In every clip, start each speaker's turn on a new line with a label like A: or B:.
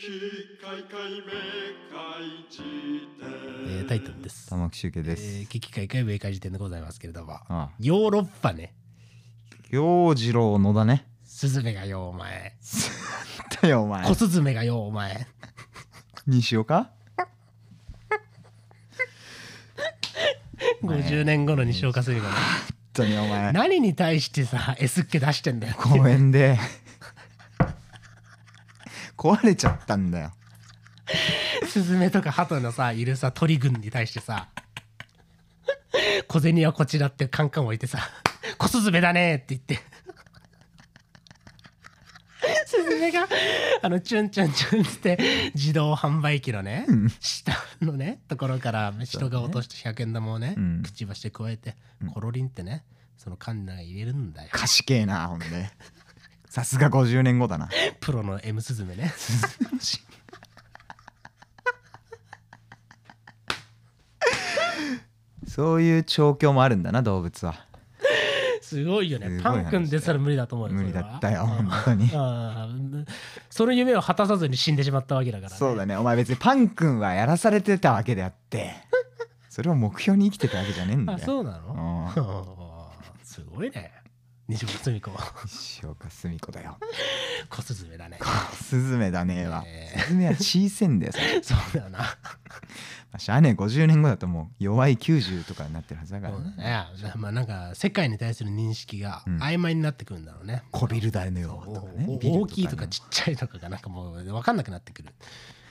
A: きかいかいめかいじ
B: えータイトルです。
C: 玉木周家です。
B: えー、危機開会明快時点でございますけれども、
C: ああ、
B: ヨーロッパね、
C: 洋次郎のだね。
B: スズメがよお前、
C: だよ、お前
B: 小。スズメがよお前、
C: にしようか前
B: 50年後の西岡聖子が
C: 本当にお前。
B: 何に対してさ、エスっ気出してんだよ。
C: 公園で。壊れちゃったんだよ。
B: スズメとかハトのさいるさ鳥軍に対してさ小銭はこちらってカンカン置いてさ「小スズメだね」って言ってスズメがあのチュンチュンチュンって自動販売機のね下のねところから人が落とした100円玉をね
C: うん
B: くちばしで加えてコロリンってねその缶の中に入れるんだよ
C: 賢えな、ほんで。さすが50年後だな。
B: プロの M スズメね
C: そういう調教もあるんだな、動物は。
B: すごいよね
C: すごい
B: パ
C: 話
B: ン君ですら無理だと思うよ
C: 無理
B: それ
C: だ
B: は
C: ったよ、
B: うん
C: 本当に。
B: ああその夢を果たさずに死んでしまったわけだから、ね、
C: そうだね、お前別にパン君はやらされてたわけであって、それを目標に生きてたわけじゃねえんだ
B: あ
C: よ。
B: そうな
C: う
B: の
C: ん
B: うん すごいね西本澄子
C: 西岡澄子だよ。
B: 小スズメだね
C: スズメだねえわ
B: ね。
C: スズメは小せんだよ。それ
B: そうだよな
C: まあ、しゃあねえ50年後だともう弱い90とかになってるはずだから
B: そうだ
C: ね。
B: ねまあなんか世界に対する認識が
C: うん
B: 曖昧になってくるんだろうね、
C: こびるだねよとかね。
B: おお
C: ビル
B: 大きいとか
C: ね
B: ちっちゃいとかがなんかもう分かんなくなってくる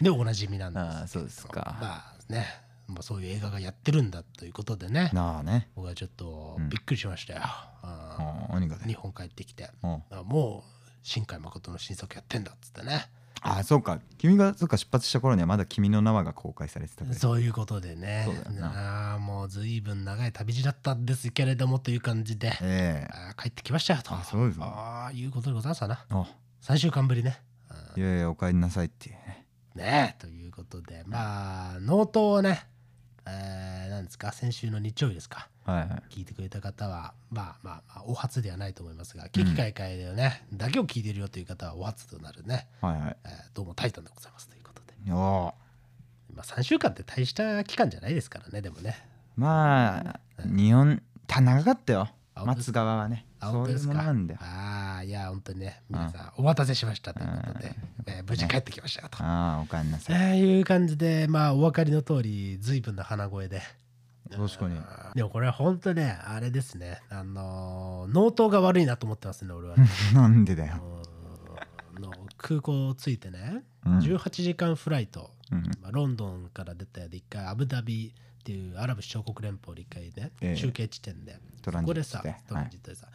B: でおなじみなんですけれど
C: ああそうですか
B: まあねまあそういう映画がやってるんだということでね
C: なあね。
B: 僕はちょっと
C: うん
B: びっくりしましたよ、ああ
C: ああ何がだ
B: 日
C: よ。
B: 本帰ってきて
C: うん
B: あもう新海誠の新作やってんだっつってね
C: ああそうか。君がそうか出発した頃にはまだ君の名が公開されてたから。
B: そういうことでね
C: そうだよ
B: あーもうずいぶん長い旅路だったんですけれどもという感じで、
C: ええ
B: あー帰ってきましたよと
C: あそうですね
B: あーいうことでございますわな
C: あ
B: 3週間ぶりね
C: いやいやお帰りなさいっていうね。
B: ねえということでまあノートをね、えー、なんですか先週の日曜日ですか
C: はいはい。
B: 聞いてくれた方はまあまあ、まあ、お初ではないと思いますが危機開会でね、だけを聞いてるよという方はお初となるね、
C: はいはい。
B: えーどうもタイタンでございますということで
C: おー
B: まあ、3週間って大した期間じゃないですからねでもね
C: まあ日本た長かったよ。
B: あ本当で
C: 待つ側はね。
B: あ
C: そういうものなんだよ。
B: ああいや本当にね皆さんお待たせしましたということで、えー無事帰ってきましたよと、
C: ああお帰りなさい。
B: えーいう感じでまあお分かりの通り随分な鼻声で
C: 確かに。
B: でもこれ本当ねあれですねあのー納刀が悪いなと思ってますね俺はね
C: なんでだ
B: う
C: よ。
B: ーんあの空港着いてね
C: うん
B: 18時間フライト、
C: うん
B: まあ、ロンドンから出たで一回アブダビっていうアラブ首長国連邦で一回ね、
C: ええ
B: 中継地点で
C: トランジ
B: こ
C: ット
B: れ
C: し
B: さ
C: て。
B: ト
C: は
B: ラン
C: い
B: ジットでさ、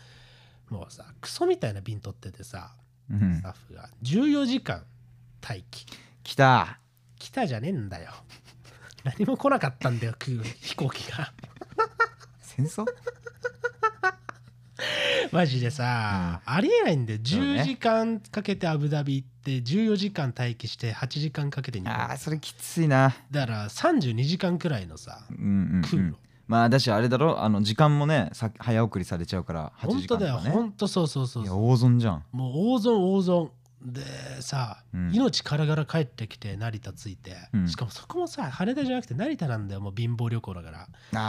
B: もうさクソみたいな便取っててさ
C: うん
B: スタッフが14時間待機
C: 来た
B: 来たじゃねえんだよ 何も来なかったんだよ空飛行機が
C: 戦争
B: マジでさ、ありえないんだよ
C: そうね
B: 10時間かけてアブダビ行って14時間待機して8時間かけて日本
C: ああそれきついな
B: だから32時間くらいのさ
C: うんうん、う
B: 空
C: ん
B: 路、
C: まあだしあれだろあの時間もねさ早送りされちゃうから8
B: 本
C: 時
B: 当
C: 間と
B: だよ
C: か、ね、
B: 本当そうそうそう
C: い
B: そう
C: や大損じゃん
B: もう大損大損でさ、
C: うん
B: 命からがら帰ってきて成田着いて、
C: うん
B: しかもそこもさ羽田じゃなくて成田なんだよもう貧乏旅行だから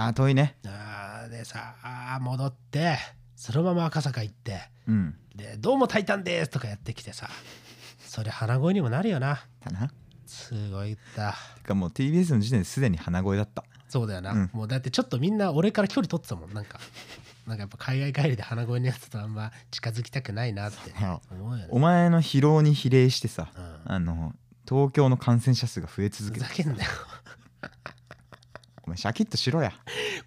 C: ああ遠いね
B: あーでさあー戻ってそのまま赤坂行って
C: うん
B: で「どうもタイタンです」とかやってきてさそれ鼻声にもなるよな
C: だな
B: すごいだ
C: てかもう TBS の時点ですでに鼻声だった
B: そうだよな、
C: うん
B: もうだってちょっとみんな俺から距離取ってたもんなんか なんかやっぱ海外帰りで鼻声のやつとあんま近づきたくないな って
C: だよ
B: 思うよ
C: お
B: ね、
C: 前の疲労に比例してさ
B: うん、
C: あの東京の感染者数が増え
B: ふ
C: 続け
B: ざ
C: て
B: けんなよ
C: お前シャキッとしろや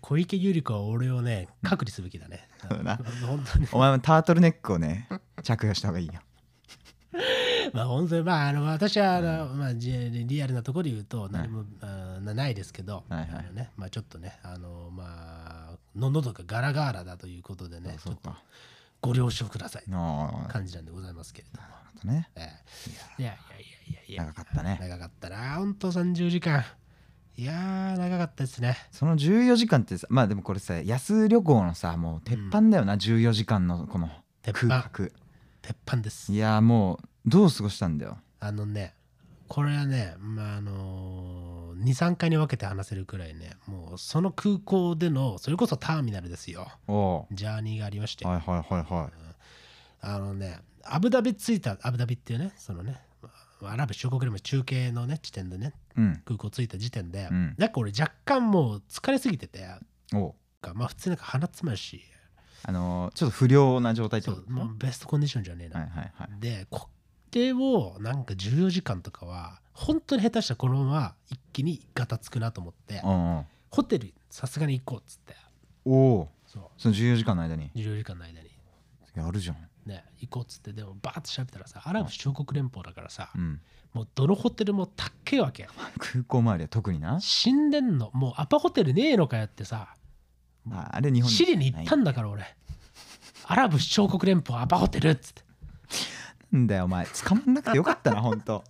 B: 小池百合子は俺をね隔離すべきだね。
C: そうだな
B: 本当に
C: お前もタートルネックをね着用した方がいいよ
B: まあ本当にまああの私はあの、まあ、じリアルなところで言うと何も、あーないですけど、
C: はいはい
B: あのねまあ、ちょっとねあのまあの喉がガラガラだということでねち
C: そ
B: ょ
C: う
B: っと
C: か
B: ご了承ください
C: ああ
B: 感じなんでございますけれども、
C: あとね
B: ええいやいやいやいやいや
C: 長かったね
B: 長かったな本当30時間いやー長かったですね
C: その14時間ってさまあでもこれさ安旅行のさもう鉄板だよな、14時間のこの
B: 鉄板
C: 空白
B: 鉄板です
C: いやもうどう過ごしたんだよ
B: あのねこれはね、まああの23回に分けて話せるくらいねもうその空港でのそれこそターミナルですよ
C: お
B: ジャーニーがありまして、
C: うはいはいはいは
B: あのねアブダビ着いたアブダビっていうねそのねまあアラブ諸国連盟中継のね地点でね
C: いうん
B: 空港着いた時点で、
C: うん
B: なんか俺若干もう疲れすぎてて
C: おう
B: まあ普通になんか鼻詰まるし
C: あのーちょっと不良な状態って
B: そ
C: こと
B: うもうベストコンディションじゃねえな、
C: はいはいはい
B: でこれをなんか14時間とかは本当に下手したらこのまま一気にガタつくなと思って
C: おう
B: ホテルさすがに行こうっつって
C: おう
B: そ
C: その14時間の間に
B: う14時間の間に
C: やるじゃん
B: ね行こうっつってでもバーッと喋ったらさアラブ諸国連邦だからさ、
C: うん
B: もうどのホテルも高えわけよ
C: 空港周りは特にな
B: 死んでんのもうアパホテルねえのかよってさ
C: ああれ日本
B: シリに行ったんだから俺アラブ首長国連邦アパホテルっつって
C: なんだよお前捕まんなくてよかった な本当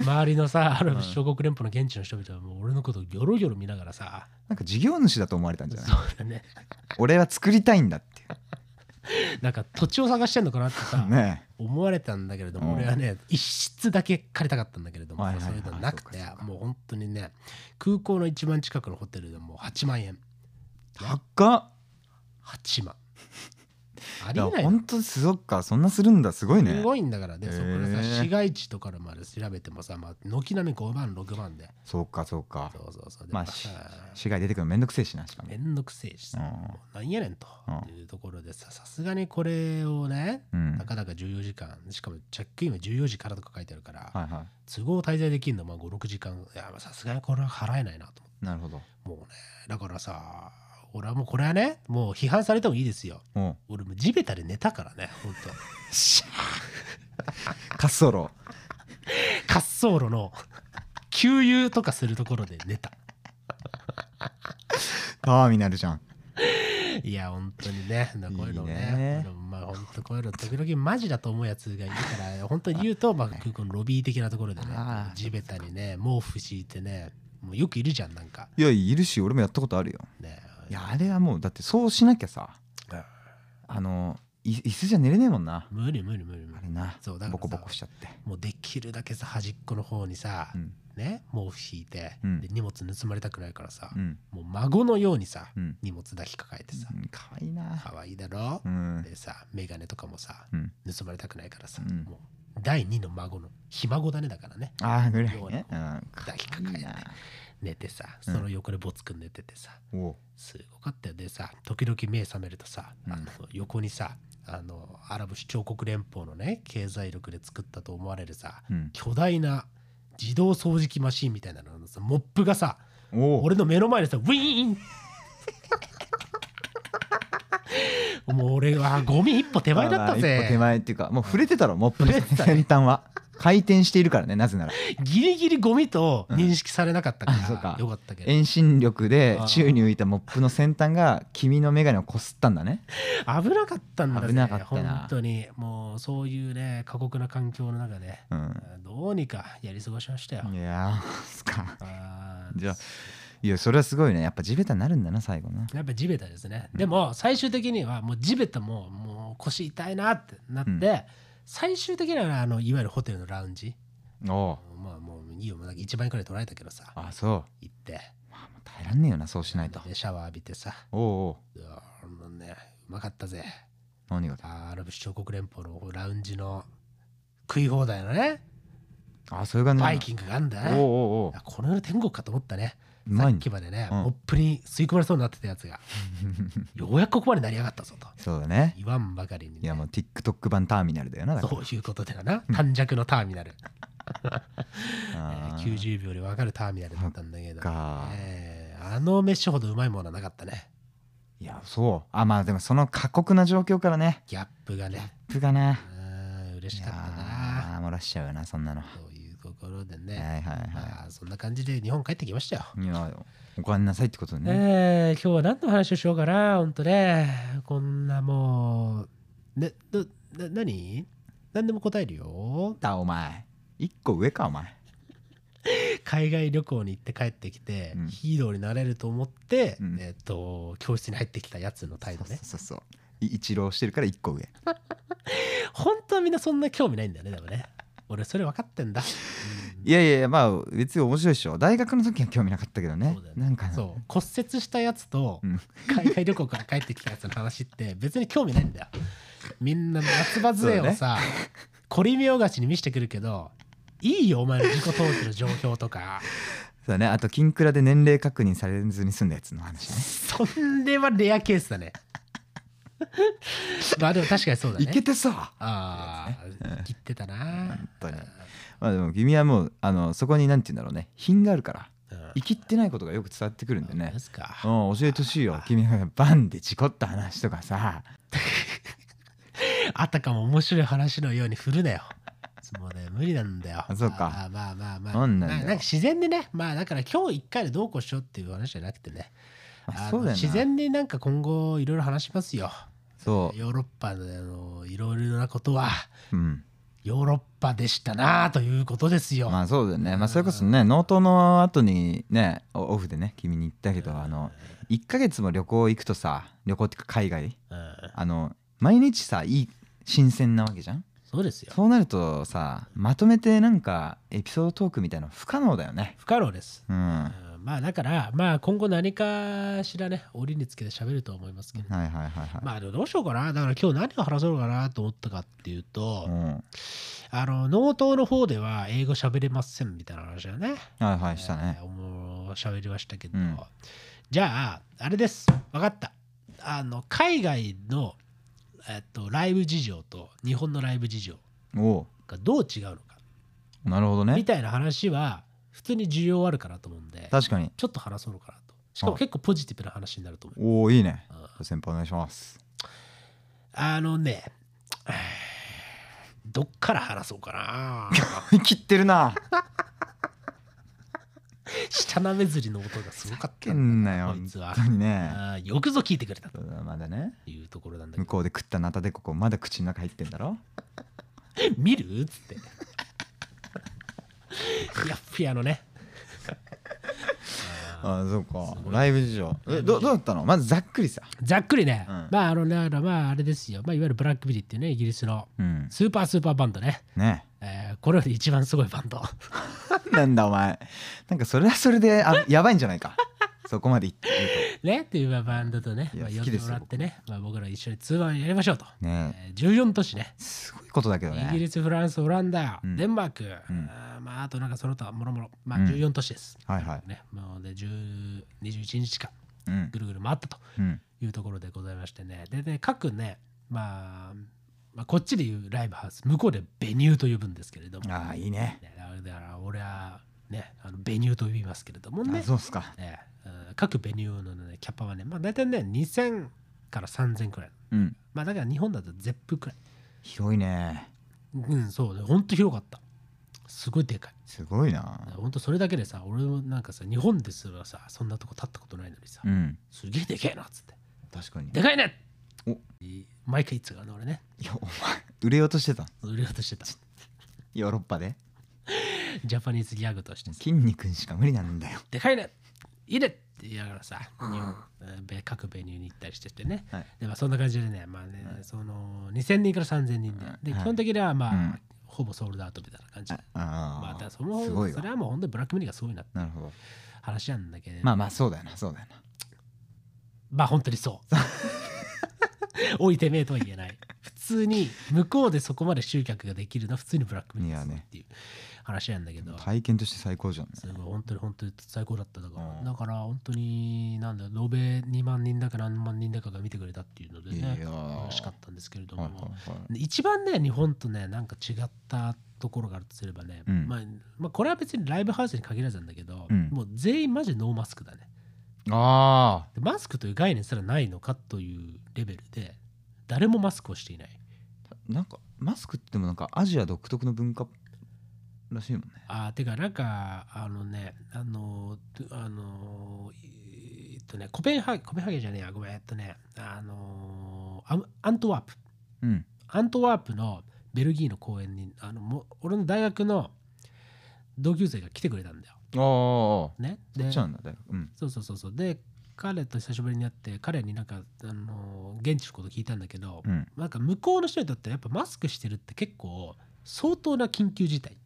B: 周りのさアラブ首長国連邦の現地の人々はもう俺のことをギョロギョロ見ながらさ
C: なんか事業主だと思われたんじゃない
B: そうだね
C: 俺は作りたいんだっていう
B: なんか土地を探してんのかなってさ、
C: ね
B: 思われたんだけれども、
C: うん
B: 俺はね一室だけ借りたかったんだけれども、
C: はいはいはい
B: そういうのなくて
C: そうかそうか
B: もう本当にね空港の一番近くのホテルでもう8万円
C: 高っ
B: 8万 あ
C: い
B: りえ
C: や
B: ないよ
C: 本当そっかそんなするんだすごい
B: す
C: ね
B: ごいんだからね、
C: へ
B: そ
C: ー
B: こでさ市街地とかまで調べてもさ、まあ、軒並み5万6万で
C: そうかそうか
B: そうそうそうで
C: まあ
B: ま
C: し
B: あ
C: 市外出てくるのめんどくせえしなしかも
B: めんどくせえしさ、
C: うん
B: もうなんやねんと
C: うん
B: いうところでささすがにこれをね
C: うん
B: なかなか14時間しかもチェックインは14時からとか書いてあるから、
C: はいは
B: 都合滞在できるのまあ56時間いやまあさすがにこれは払えないなと
C: いなるほど
B: 思うもうねだからさ俺はもうこれはねもう批判されてもいいですよ
C: おう
B: 俺もう地べたで寝たからね本当
C: 滑走路
B: 滑走路の給油とかするところで寝た
C: ターミナルじゃん
B: いや本当にねなこういうのね
C: いいね
B: 俺もまあ本当こういうの時々マジだと思うやつがいるから本当に言うとまあ空港のロビー的なところでね
C: あー
B: 地べたにね毛布敷いてねもうよくいるじゃんなんか
C: いやいるし俺もやったことあるよ
B: ね
C: いやあれはもうだってそうしなきゃさ
B: うん
C: あのい椅子じゃ寝れねえもんな
B: 無理無理無理無
C: あ
B: 理
C: れな
B: そうだからさ
C: ボコボコしちゃって
B: もうできるだけさ端っこの方にさ、
C: うん
B: ね毛布引いて、
C: うん
B: で荷物盗まれたくないからさ、
C: うん
B: もう孫のようにさ、
C: うん
B: 荷物抱きかかえてさ、
C: うんかわいいな
B: 可愛いだろ
C: う、ん
B: でさ眼鏡とかもさ
C: うん
B: 盗まれたくないからさ、
C: うん
B: もう第二の孫のひ孫だねだからね
C: ああぐらい
B: ような
C: ねうん
B: 抱きかかえて
C: いいな
B: 寝てさ
C: う
B: そ
C: ん
B: の横でボツくん寝ててさ、
C: おう
B: すごかったよでさ時々目覚めるとさ、
C: うん
B: あの横にさあのアラブ首長国連邦のね経済力で作ったと思われるさ
C: うん
B: 巨大な自動掃除機マシーンみたいなののさモップがさ
C: おう
B: 俺の目の前でさウィーン もう俺はゴミ一歩手前だった
C: まあまあ一歩手
B: ぜ
C: 前っていうかもう触れてたろモップの
B: 触れてたね
C: 先端は回転しているからねなぜなら
B: ギリギリゴミと認識されなかったか
C: うんあそうから
B: よかったけど
C: 遠心力で
B: あー
C: 宙に浮いたモップの先端が君の眼鏡をこすったんだね
B: 危なかったんだぜ
C: 危なかったな
B: 本当にもうそういうね過酷な環境の中で
C: うん
B: どうにかやり過ごしましたよ
C: いやーすか
B: あー
C: じゃあいやそれはすごいねやっぱ地べたになるんだな最後な
B: やっぱ地べたですね、でも最終的にはもう地べたももう腰痛いなってなって、
C: うん
B: 最終的にはあのいわゆるホテルのラウンジ
C: おう
B: まあもういいよなんか1万円くらい取られたけどさ
C: あそう
B: 行って
C: 耐えらんねえよなそうしないと
B: でシャワー浴びてさ
C: おうおう
B: うわあのねうまかったぜ
C: 何がだ
B: あーアラブ首長国連邦のラウンジの食い放題のね
C: あそういう感じな
B: バ
C: ん
B: イ
C: だ
B: キングがあんだ
C: おうお
B: ね
C: うおう
B: あこの世の天国かと思ったね
C: う
B: さ
C: ま
B: っ
C: いね
B: きまでね、
C: うん
B: モップに吸い込まれそうになってたやつ がようやくここまでなりやがったぞと
C: そうだね
B: 言わんばかりにね、
C: いやもう TikTok 版ターミナルだよなだか
B: そういうことだよな短尺のターミナル、えー
C: らあー
B: 90秒で分かるターミナルだったんだけど、
C: か
B: えーあの飯ほどうまいものはなかったね
C: いやそうあまあでもその過酷な状況からね
B: ギャップがね
C: プがな
B: うーん嬉
C: い
B: し
C: や
B: かったな
C: ー漏らしちゃうよなそんなのは
B: というところで
C: い
B: ね、
C: はいは
B: まあ、そんな感じで日本帰ってきましたよ、
C: いいやおかえりなさいってことね
B: えー今日は何の話をしようかな本当ねこんなもうねどな何何でも答えるよ
C: だお前一個上かお前
B: 海外旅行に行って帰ってきて、
C: うん
B: ヒーローになれると思って、
C: うん
B: えっと教室に入ってきたやつの態度ね
C: そうそうそうい一浪してるから一個上
B: 本当はみんなそんな興味ないんだよねでもね俺それ分かって んだ、
C: いやいやいやまあ別に面白いでしょ大学の時は興味なかったけどね
B: そうだよね
C: なんか
B: そう骨折したやつと
C: うん
B: 海外旅行から帰ってきたやつの話って別に興味ないんだよみんな夏場杖をさ、コリミオガチに見せてくるけどいいよお前の自己投資の状況と か
C: そうだねあとキンクラで年齢確認されずに済んだやつの話ね
B: そんではレアケースだねまあでも確かにそうだね
C: いけてさ
B: ああ、言ってたな
C: 本当にまあでも君はもうあのそこに何て言うんだろうね品があるから
B: うん
C: 生きってないことがよく伝わってくるんで
B: そう
C: ね
B: ですか
C: うん教えてほしいよ君がバンで事故った話とかさ
B: あたかも面白い話のように振るなよ。もうね、無理なんだよ。
C: あそうか
B: まあまあまあまあ。
C: なんなんだよ
B: まあか自然でね、まあだから今日一回でどうこうしようっていう話じゃなくてね。
C: あ
B: あ
C: そう
B: の
C: だよ
B: 自
C: な
B: 然になんか今後いろいろ話しますよ。
C: そ
B: ヨーロッパのあのいろいろなことは
C: ううん
B: ヨーロッパでしたなということですよ。
C: まあそうだよねまあそれこそね納刀の後にねオオフでね君に言ったけどあの1ヶ月も旅行行くとさ旅行っていうか海外
B: うん、
C: あの毎日さいい新鮮なわけじゃん
B: そうですよ。
C: そうなるとさまとめてなんかエピソードトークみたいなの不可能だよね
B: 不可能です。
C: うんは
B: うんまあだから、まあ今後何かしらね、折につけて喋ると思いますけど
C: い。はいはいは
B: まあでもどうしようかな。だから今日何を話そうかなと思ったかっていうと、
C: いうん
B: あの、納刀の方では英語喋れませんみたいな話だね。
C: はいはいしたね
B: えーもう喋りましたけど。
C: うん
B: じゃあ、あれです。わかった。あの、海外の、えっと、ライブ事情と日本のライブ事情
C: お
B: がどう違うのか
C: おなるほど
B: み
C: ね
B: たいな話は普通に需要あるかなと思うんで、
C: 確かに
B: ちょっと話そうのかなと。しかも
C: あ
B: 結構ポジティブな話になると思う。
C: おおいいね
B: うん
C: 先輩お願いします
B: あのね、 どっから話そうかな。
C: 切ってるな
B: 下なめずりの音がすごかった
C: け
B: ん
C: ん
B: だ
C: なよ
B: こい
C: 本
B: つは
C: 当。にね
B: あーよくぞ聞いてくれたと
C: そうだまだね
B: いうところなんだけ
C: 向
B: ど、
C: こうで食ったナタデココまだ口の中入ってんだろ
B: 見るっつっ て。やっぱりあのね、
C: ああそうか
B: すごい
C: ライブ事情えどどうだったのまずざっくりさ
B: ざっくりね、
C: うん
B: まああのね、あのまああれですよ、まあいわゆるブラックビリーっていうね、イギリスの
C: うん
B: スーパースーパーバンドね、
C: ね
B: えーこれより一番すごいバンド。
C: なんだお前なんかそれはそれであやばいんじゃな いかそこまで言ってる
B: ねっていうまあバンドとね、
C: いや
B: まあ、
C: 好
B: 呼ん
C: き
B: で
C: です
B: も
C: よ
B: らってね、まあ僕ら一緒にツーマンやりましょうと。
C: と
B: え
C: ね
B: ー14都市ね。
C: すごいことだけど
B: イギ
C: ね
B: リス、フランス、オランダ、
C: うん
B: デンマーク、
C: ん
B: あーまあ、あとなんかその他もろもろ、まあ、
C: うん
B: 14都市です。
C: はいはい
B: ね、もうで10 21日間
C: うん
B: ぐるぐる回ったと
C: うん
B: いうところでございましてね。で、ね各ね、まあ、まあ、こっちでいうライブハウス、向こうでベニューと呼ぶんですけれども、
C: ああいいね
B: ね、だからだから俺はね、あのベニューと呼びますけれども
C: あ
B: ね、
C: そうっすか
B: ねうん各ベニューの、ね、キャパはね、まあ、大体ね、2000から3000くらい。
C: うん
B: まあ、だから日本だとゼップくらい。
C: 広いね
B: うん、そうね、ほんと広かった。すごいでかい。
C: すごいな
B: ほんとそれだけでさ、俺もなんかさ、日本ですらさ、そんなとこ立ったことないのにさ、
C: うん
B: すげえでけえなっつって。
C: 確かに
B: でかいね
C: お
B: 毎回言ってたからね、俺ね。
C: いやお前売れようとしてたの
B: 売れようとしてた。
C: ヨーロッパで
B: ジャパニーズギャグとしてさ、
C: 筋肉にしか無理なんだよ
B: でかいねいいねって言いながらさ、日本うん米各ベニューに行ったりしててね。
C: はい
B: でまあ、そんな感じでね、まあね、その2000人から3000人で、で
C: はい
B: 基本的にはまあ、
C: うん
B: ほぼソールドアウトみたいな感じで。まあ、
C: あ
B: だから
C: あ
B: その
C: すごい
B: それ
C: わ
B: はもう本当にブラックミリがすごいなって
C: なるほど
B: 話なんだけど、
C: まあまあそうだよなそうだよな
B: まあ本当にそう。 おいてめえとは言えない。普通に向こうでそこまで集客ができるのは普通にブラックミリです
C: いやね
B: っていう話なんだけど。
C: 体験として最高じゃんね
B: すごい本当に本当に最高だっただから、
C: うん
B: だから本当になんだよ延べ2万人だか何万人だかが見てくれたっていうので
C: いや
B: ね
C: ー
B: 楽しかったんですけれども、
C: はいはいはい
B: 一番ね日本とねなんか違ったところがあるとすればね、
C: うん
B: まあ、まあこれは別にライブハウスに限らずなんだけど、
C: うん
B: もう全員マジノーマスクだね
C: ああ
B: でマスクという概念すらないのかというレベルで誰もマスクをしていない
C: なんかマスクってでもなんかアジア独特の文化らしいもんね。
B: あーてかなんかあのねあのーあのーえーっとねコペンハーゲンコペンハーゲンじゃねえやごめんえっとねあのーアムアントワープ
C: うん。
B: アントワープのベルギーの公園にあのも俺の大学の同級生が来てくれたんだよ
C: ああ。
B: ね
C: そ
B: で
C: っちなんだ。だいぶうん。
B: そうそうそうそうで彼と久しぶりに会って彼になんか、あのー現地のこと聞いたんだけど、
C: うん。
B: なんか向こうの人にとってはやっぱマスクしてるって結構相当な緊急事態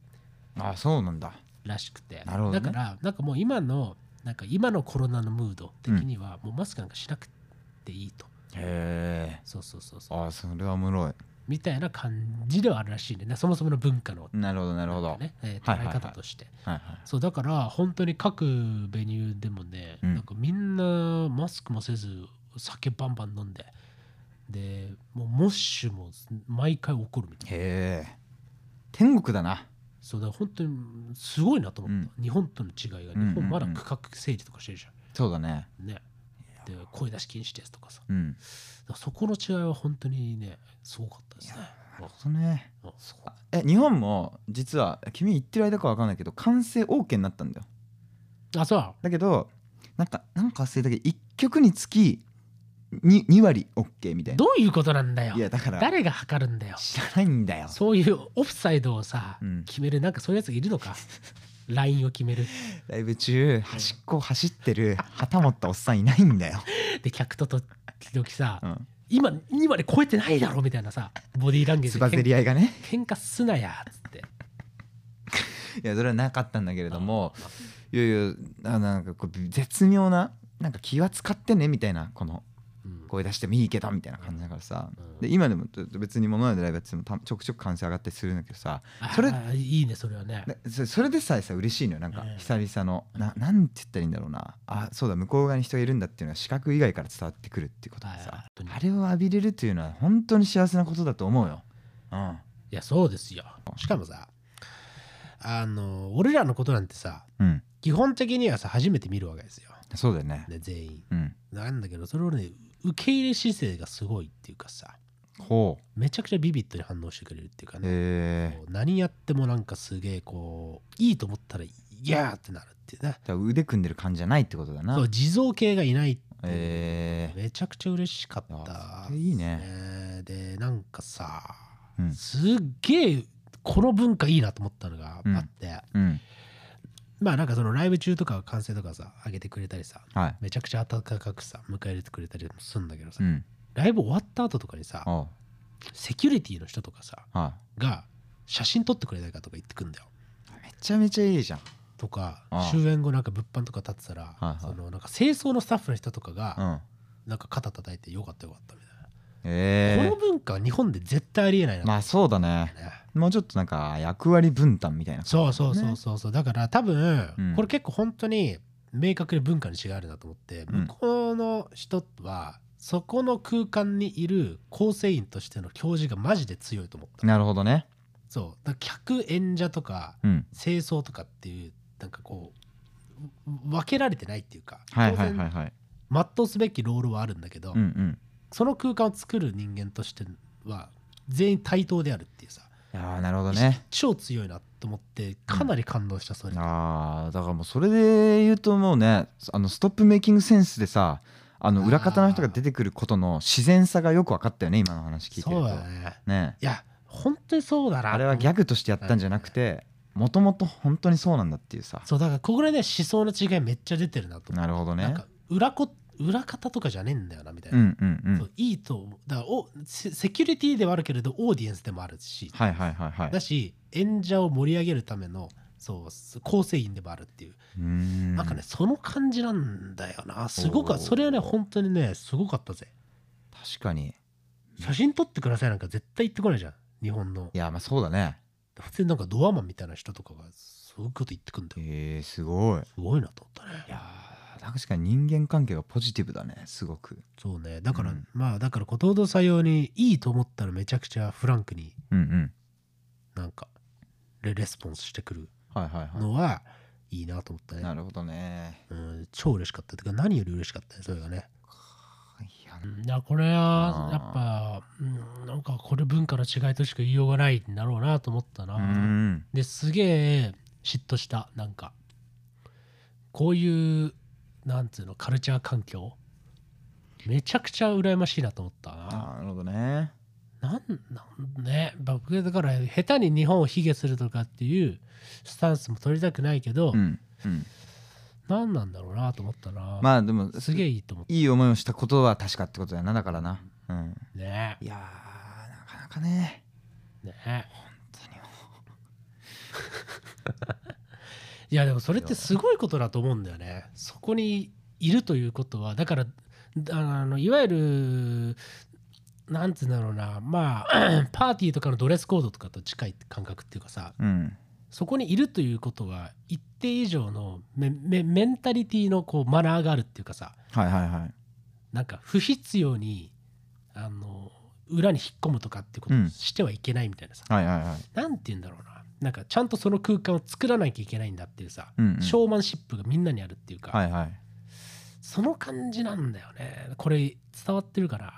C: あそうなんだ
B: らしくて
C: なるほどね
B: だからなんかもう今のなんか今のコロナのムード的にはもうマスクなんかしなくていいと、
C: へえ
B: そうそうそうそう
C: あそれはおもろい
B: みたいな感じではあるらしいねなそもそもの文化の、
C: なるほどなるほど、
B: ねえー
C: は
B: 捉
C: いはい
B: え
C: はい
B: 方として、
C: はいはい
B: そうだから本当に各ベニューでもね、
C: うん
B: なんかみんなマスクもせず酒バンバン飲んででもうモッシュも毎回起こるみたいな
C: へえ天国だな
B: そうだから本当にすごいなと思った、日本との違いが
C: うんうんうん
B: 日本まだ区画整理とかしてるじ
C: そうだね
B: ゃんねで声出し禁止ですとかさ
C: うん
B: だからそこの違いは本当にねすごかったですね
C: なるほどね
B: うん
C: あえ日本も実は君言ってる間かわかんないけど完成 OK になったんだよ
B: あそう
C: だけどなんかなんか忘れたけど1曲につき 2, 2割 OK みたいな
B: どういうことなんだよ
C: いやだから
B: 誰が測るんだよ
C: 知らないんだよ
B: そういうオフサイドをさ、
C: うん
B: 決めるなんかそういうやつがいるのかラインを決める
C: ライブ中端っこを走ってる旗持ったおっさんいないんだよ、
B: で客と時々さ、
C: うん、
B: 今2割超えてないだろみたいなさボディーランゲー
C: つ
B: ジ
C: ばぜ
B: で
C: り合いがね
B: 喧嘩すなやつって
C: いやそれはなかったんだけれどもいやいやあなんかこう絶妙ななんか気は使ってねみたいなこの
B: うん
C: 声出してもいいけどみたいな感じだからさ
B: うん
C: で今でも別に物なんでライブやっててもたちょくちょく感性上がったりするんだけどさ
B: あ
C: それ
B: ーいいねそれはね
C: でそそれでさえさ嬉しいのよなんか
B: うん
C: 久々のななんて言ったらいいんだろうなあそうだ向こう側に人がいるんだっていうのは視覚以外から伝わってくるっていうことでさ
B: はい
C: あれを浴びれるというのは本当に幸せなことだと思うよ。うん
B: いやそうですよしかもさあの俺らのことなんてさ
C: うん、
B: 基本的にはさ初めて見るわけですよ、
C: そうだよね。
B: ね、全員
C: うん、
B: なんだけどそれをね受け入れ姿勢がすごいっていうかさ
C: ほう。
B: めちゃくちゃビビッドに反応してくれるっていうかね
C: え
B: こう何やってもなんかすげえこういいと思ったらいやーってなるっていうね
C: ー、じゃあ腕組んでる感じじゃないってことだな。
B: そう地蔵系がいないっていう
C: え
B: めちゃくちゃ嬉しかっ
C: ー、あ
B: た
C: それいいね。
B: ねでなんかさ、
C: うん
B: すっげえこの文化いいなと思ったのがあって、
C: うん、
B: まあなんかそのライブ中とか歓声とかさ上げてくれたりさ
C: はい。
B: めちゃくちゃ温かくさ迎え入れてくれたりもするんだけどさ、
C: うん、
B: ライブ終わった後とかにさ
C: おう
B: セキュリティの人とかさ
C: は
B: が写真撮ってくれないかとか言ってくんだよ
C: い。めちゃめちゃいいじゃん。
B: とか
C: ああ
B: 終演後なんか物販とか立ってたら、
C: いはい
B: そのなんか清掃のスタッフの人とか
C: う
B: が
C: ん。
B: なんか肩叩いてよかったよかったみたいな、
C: え
B: この文化は日本で絶対ありえないなと
C: ー、まあそうだね。
B: ね
C: もうちょっとなんか役割分担みたいな。
B: そうそうそうそうそう、だから多分、
C: うん
B: これ結構本当に明確に文化に違いあるなと思って、
C: う
B: 向
C: ん
B: こうの人はそこの空間にいる構成員としての教示がマジで強いと思った、
C: なるほどね。
B: そうだから客演者とか
C: うん。
B: 清掃とかっていうなんかこうう分けられてないっていうか、
C: はいはい
B: 当
C: は
B: 然
C: いはい。
B: 全うすべきロールはあるんだけど、
C: うんうん。
B: その空間を作る人間としては全員対等であるっていうさ
C: いやーなるほどね。
B: 超強いなと思ってかなり感動したそれ、
C: あーだからもうそれで言うともうねあのストップメイキングセンスでさあ
B: あ
C: の
B: ー
C: 裏方の人が出てくることの自然さがよく分かったよね今の話聞いてる
B: そう
C: と
B: だね
C: ね
B: いや本当にそうだな
C: あれはギャグとしてやったんじゃなくてもともと本当にそうなんだっていうさ
B: そうだからここらで思想の違いめっちゃ出てるなと思
C: なるほど
B: うなん
C: ね
B: か裏こ裏方とかじゃねえんだよなみたいうな、
C: んうんうん
B: そういいと思うだからおセセキュリティではあるけれどオーディエンスでもあるし、
C: はいはいはいはい
B: だし演者を盛り上げるためのそう構成員でもあるっていう、
C: うーん
B: なんかねその感じなんだよなすご
C: お
B: く
C: ー
B: それはね本当にねすごかったぜ
C: 確かに
B: 写真撮ってくださいなんか絶対言ってこないじゃん日本の
C: いやまあそうだね
B: 普通になんかドアマンみたいな人とかがそういうこと言ってくんだよ
C: えー、すごい
B: すごいなと思ったね
C: いやー確かに人間関係がポジティブだねすごく
B: そうねだから、
C: うん
B: まあだからこう堂々採用にいいと思ったらめちゃくちゃフランクに
C: うんうん
B: なんかレレスポンスしてくる
C: はいはいは
B: のはいいなと思った
C: い
B: ね、
C: なるほどね
B: うん、超嬉しかったてか何より嬉しかったねそれがね
C: いや
B: いやこれ
C: は
B: はや
C: やっ
B: っぱ、なんかこれ文化の違いとしか言いようがないんだろうなと思ったな、
C: うん
B: ですげえ嫉妬したなんかこういうなんつうのカルチャー環境めちゃくちゃ羨ましいなと思ったな
C: あーなるほどね
B: なんなんね僕だから下手に日本を卑下するとかっていうスタンスも取りたくないけど、
C: うんうん
B: 何なんだろうなと思ったな、
C: まあでも
B: すげえいいと思っ
C: いい思いをしたことは確かってことだよなだからなうん
B: たね
C: いやーなかなかね
B: ね
C: 本当に
B: いやでもそれってすごいことだと思うんだよね。そこにいるということはだからだあのいわゆるなんて言うんだろうなまあ パーティーとかのドレスコードとかと近い感覚っていうかさ
C: うん
B: そこにいるということは一定以上のメメメンタリティのこうマナーがあるっていうかさ
C: はいはいはい
B: なんか不必要にあの裏に引っ込むとかっていうこと
C: うん
B: をしてはいけないみたいなさ、
C: はいはいはい
B: なんて言うんだろうななんかちゃんとその空間を作らなきゃいけないんだっていうさ、
C: うんうん
B: ショーマンシップがみんなにあるっていうか、
C: はいはい
B: その感じなんだよねこれ伝わってるかな
C: だ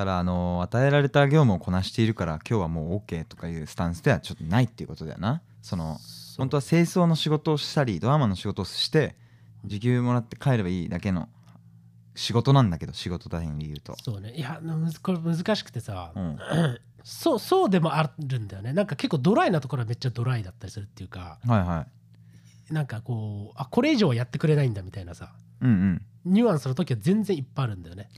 C: からあのー与えられた業務をこなしているから今日はもう OK とかいうスタンスではちょっとないっていうことだよなその
B: そう
C: 本当は清掃の仕事をしたりドラマの仕事をして時給もらって帰ればいいだけの仕事なんだけど仕事大変に言うと
B: そうねいやむずこれ難しくてさ、
C: うんは
B: そうそうでもあるんだよねなんか結構ドライなところはめっちゃドライだったりするっていうか
C: いは
B: なんかこうあこれ以上はやってくれないんだみたいなさ
C: いうんうん
B: ニュアンスの時は全然いっぱいあるんだよね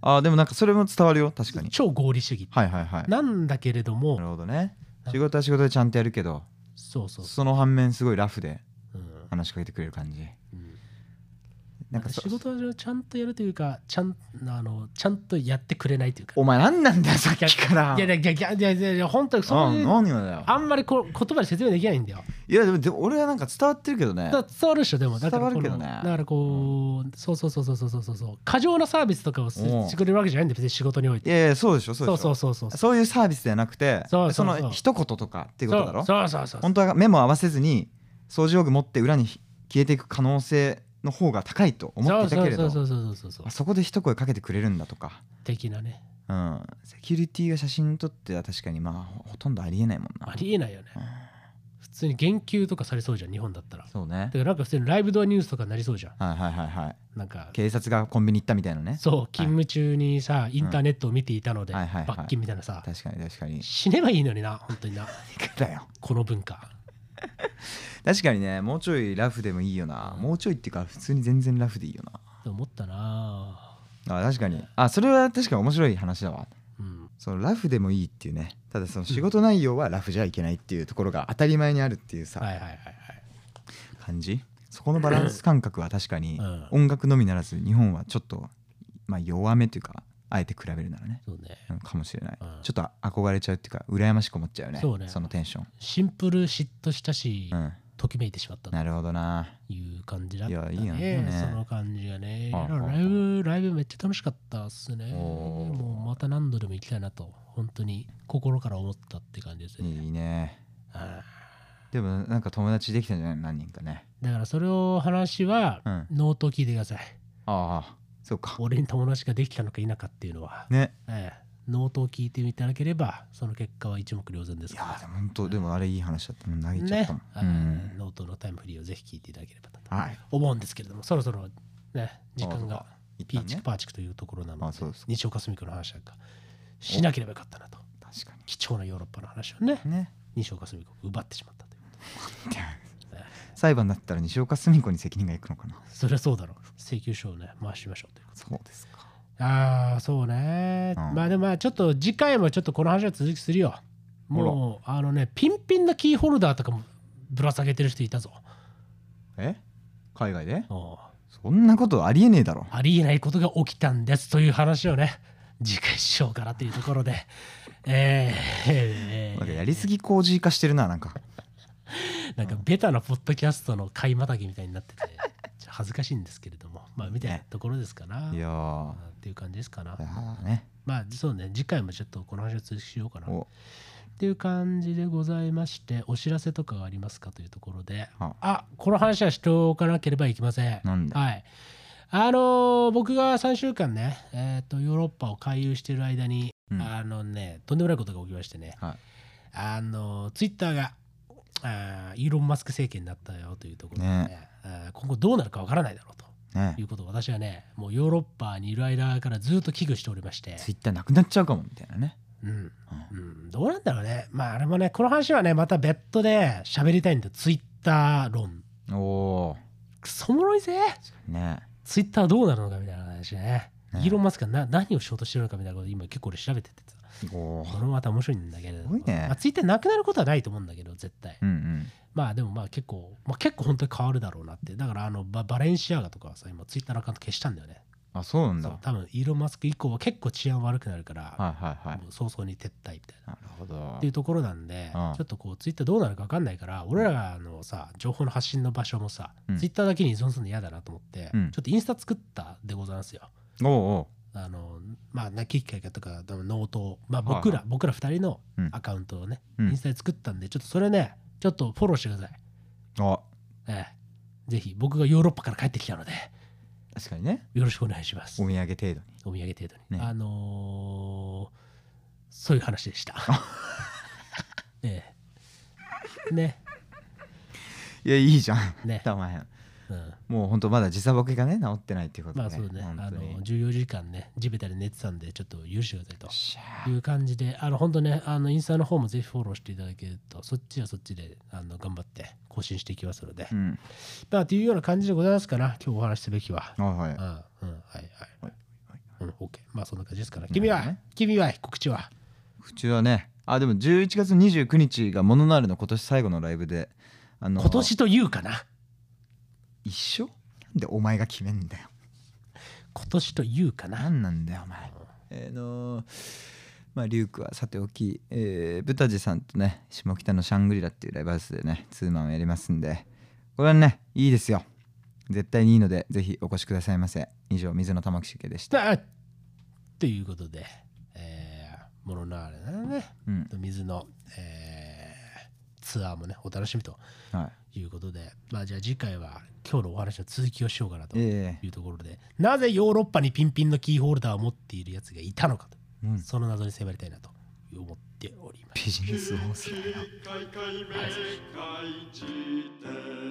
C: あーでもなんかそれも伝わるよ確かに
B: 超合理主義、
C: はいはいはいな
B: なんだけれども
C: るほどね仕事は仕事でちゃんとやるけど
B: そうそうそ
C: その反面すごいラフで
B: う、うん
C: 話しかけてくれる感じ
B: うん
C: なんかそ
B: 仕事はちゃんとやるというかちゃんあのちゃんとやってくれないというか
C: お前何なんだよさっきから
B: いやいやいやいやいやいやいや本当にそういう
C: うん何がだよ
B: あんまりこう言葉で説明できないんだよ。
C: いやでもでも俺はなんか伝わってるけどね
B: だから伝わるでしょでもだからこの
C: 伝わるけどね
B: だからこうそうそうそうそうそうそうそう過剰なサービスとかをす
C: うん
B: してくれるわけじゃないんで別に仕事におい
C: い
B: て。
C: やいやそうでしょそう
B: そ
C: で
B: う
C: しょ
B: そうそうそう。
C: そういうサービスではなくて
B: そ
C: そう
B: そうそう
C: の一言とかっていうことだろ
B: そうそうそうそう。
C: 本当は目も合わせずに掃除用具持って裏に消えていく可能性の方が高いと思っていたけれ
B: そう
C: ど
B: そうそうそうそうそうそう
C: あそこで一声かけてくれるんだとか、
B: 的なね
C: うん、セキュリティが写真撮っては確かにまあほほとんどありえないもんな
B: ありえないよね。普通に言及とかされそうじゃん日本だったら。だ
C: そうね
B: からなんか普通にライブドアニュースとかになりそうじゃん。
C: はいはいはいはい
B: なんか
C: 警察がコンビニ行ったみたいなね
B: そう勤務中にさインターネットを見ていたので
C: はいはいはい
B: 罰金みたいなさ
C: 確かに確かに
B: 死ねばいいのにな本当にな
C: だよ
B: この文化。
C: 確かにねもうちょいラフでもいいよなもうちょいっていうか普通に全然ラフでいいよな
B: って思ったな
C: あ確かにあそれは確かに面白い話だわ
B: ぁうん
C: そのラフでもいいっていうねただその仕事内容はラフじゃいけないっていうところが当たり前にあるっていうさ、
B: はいはいはいはい
C: 感じそこのバランス感覚は確かに
B: うん
C: 音楽のみならず日本はちょっと、まあ、弱めというかあえて比べるならね
B: そうね
C: うんかもしれない、
B: うん
C: ちょっと憧れちゃうっていうか羨ましく思っちゃうよね
B: そうね
C: のテンション、
B: シンプル嫉妬したし、
C: うん、
B: ときめいてしまったと
C: なるほどな
B: いう感じだったね
C: いやいいよね
B: その感じがね
C: ああああ
B: ライブライブめっちゃ楽しかったっすね
C: おー
B: もうまた何度でも行きたいなと本当に心から思ったって感じですね、
C: いいね
B: ああ
C: でもなんか友達できたんじゃない何人かね
B: だからそれを話は、
C: うん
B: ノートを聞いてください
C: ああそうか
B: 俺に友達ができたのか否かっていうのは、
C: ね
B: ええノートを聞いていただければその結果は一目瞭然です
C: い
B: から
C: やでも本当でもあれいい話だったもう投げちゃっ
B: ね
C: たもん、、
B: あ
C: う
B: の
C: ん
B: ノートのタイムフリーをぜひ聞いていただければなと
C: はい
B: 思うんですけれども、そろそろね、時
C: そう
B: 間
C: か
B: が
C: 一
B: ピー
C: 旦
B: チ
C: ね
B: クパーチクというところなの
C: あ
B: で、
C: そうです
B: 日岡澄子の話なんかしなければよかったなと。
C: 確か
B: 貴重なヨーロッパの話をね、
C: にね
B: 西岡澄子が奪ってしまったという。
C: 裁判だったら西岡澄子に責任がいくのかな
B: そりゃそうだろう。請求書をね、回しましょうというこ
C: そうですか
B: と。ああ、そうね。
C: うん
B: まあでもまあちょっと次回もちょっとこの話は続きするよ。もう、あのね、ピンピンなキーホルダーとかもぶら下げてる人いたぞ。
C: え海外で
B: うん
C: そんなことありえねえだろ
B: ありえないことが起きたんですという話をね、次回しようかなというところで、えーえ
C: なんか
B: ー
C: やりすぎ工事化してるななんか
B: なんかベタなポッドキャストの買いまたぎみたいになって て、ちょ恥ずかしいんですけれども、まあ、みたいなところですかな。
C: いやー
B: っていう感じですかな
C: だ。からね
B: まあ、そうね、次回もちょっとこの話を続きしようかな。っ
C: お
B: ていう感じでございまして、お知らせとかがありますかというところで、
C: あ
B: あこの話はしておかなければいけません。
C: なんだ
B: はい。あのー僕が3週間ね、えーと、ヨーロッパを回遊している間に、
C: うん
B: あのね、とんでもないことが起きましてね、
C: はい
B: あのツイッター Twitter が、あーイーロン・マスク政権になったよというところでね、
C: ね
B: あー今後どうなるかわからないだろうと
C: ね
B: いうことを私はね、もうヨーロッパにいる間からずっと危惧しておりまして、
C: ツイッターなくなっちゃうかもみたいなね
B: うん、うん、どうなんだろうね、まあ、あれもね、この話はね、また別途で喋りたいんだよ、ツイッター論。
C: おお
B: クソおもろいぜ
C: ね
B: ツイッターどうなるのかみたいな話ね。イーロン・マスクがな何をしようとしてるのかみたいなこと今結構俺調べててさ
C: お
B: こ
C: ー
B: れもまた面白いんだけれど
C: すごいね
B: まあ、ツイッターなくなることはないと思うんだけど絶対、
C: うんうん
B: まあでもまあ結構、まあ、結構本当に変わるだろうなってだからあのババレンシアガとかはさ今ツイッターのアカウント消したんだよね
C: あそうなんだ
B: そう多分イーロン・マスク以降は結構治安悪くなるから、
C: はいはいはい
B: もう早々に撤退みたいな
C: なるほど
B: っていうところなんで、
C: うん
B: ちょっとこうツイッターどうなるか分かんないから俺らがあのさ情報の発信の場所もさ、
C: うん
B: ツイッターだけに依存するの嫌だなと思って、
C: うん
B: ちょっとインスタ作ったでございますよ
C: おうお
B: あのまあなきっかけとかでもノートを、まあ、僕ら、
C: は
B: 僕ら2人の
C: うん
B: アカウントをね、
C: うん
B: インスタで作ったんでちょっとそれねちょっとフォローしてください、
C: うあ
B: ええ、ぜひ僕がヨーロッパから帰ってきたので
C: 確かにね
B: よろしくお願いします
C: お土産程度に
B: お土産程度に、
C: ね
B: あのーそういう話でした ええね
C: いやいいじゃん
B: ね、
C: たまへん
B: うん、
C: もう本当まだ時差ボケがね治ってないっていうこと
B: ま
C: ね
B: あそうねあ
C: 本
B: の
C: 当によ
B: 14時間ね地べたで寝てたんでちょっと許してくださいと
C: っしゃ
B: いう感じであの本当ねあのインスタの方もぜひフォローしていただけるとそっちはそっちであの頑張って更新していきますので、
C: うん
B: まあというような感じでございますかな今日お話しすべきは、
C: はいはい
B: うんうんはいはい、うん、OK まあそんな感じですから
C: ほど
B: 君
C: ね
B: は、君は告知は
C: 府中はねあでも11月29日がモノナールの今年最後のライブであの
B: 今年というかな
C: 一緒なんでお前が決めんだよ
B: 今年というかな
C: 何なんだよお前えーのーまあリュウクはさておき、えー、ブタジさんとね下北のシャングリラっていうライブハウスでねツーマンをやりますんでこれはねいいですよ絶対にいいのでぜひお越しくださいませ以上水の玉木集計でした
B: だということで、えー、もののあれだね
C: うん
B: 水の、えーツアーもねお楽しみと
C: はい
B: いうことで、まあ、じゃあ次回は今日のお話の続きをしようかなとい
C: ええ
B: うところで、なぜヨーロッパにピンピンのキーホルダーを持っているやつがいたのかと、
C: うん
B: その謎に迫りたいなと思っております。
C: ビジネスホースだよ
A: 99回目開示で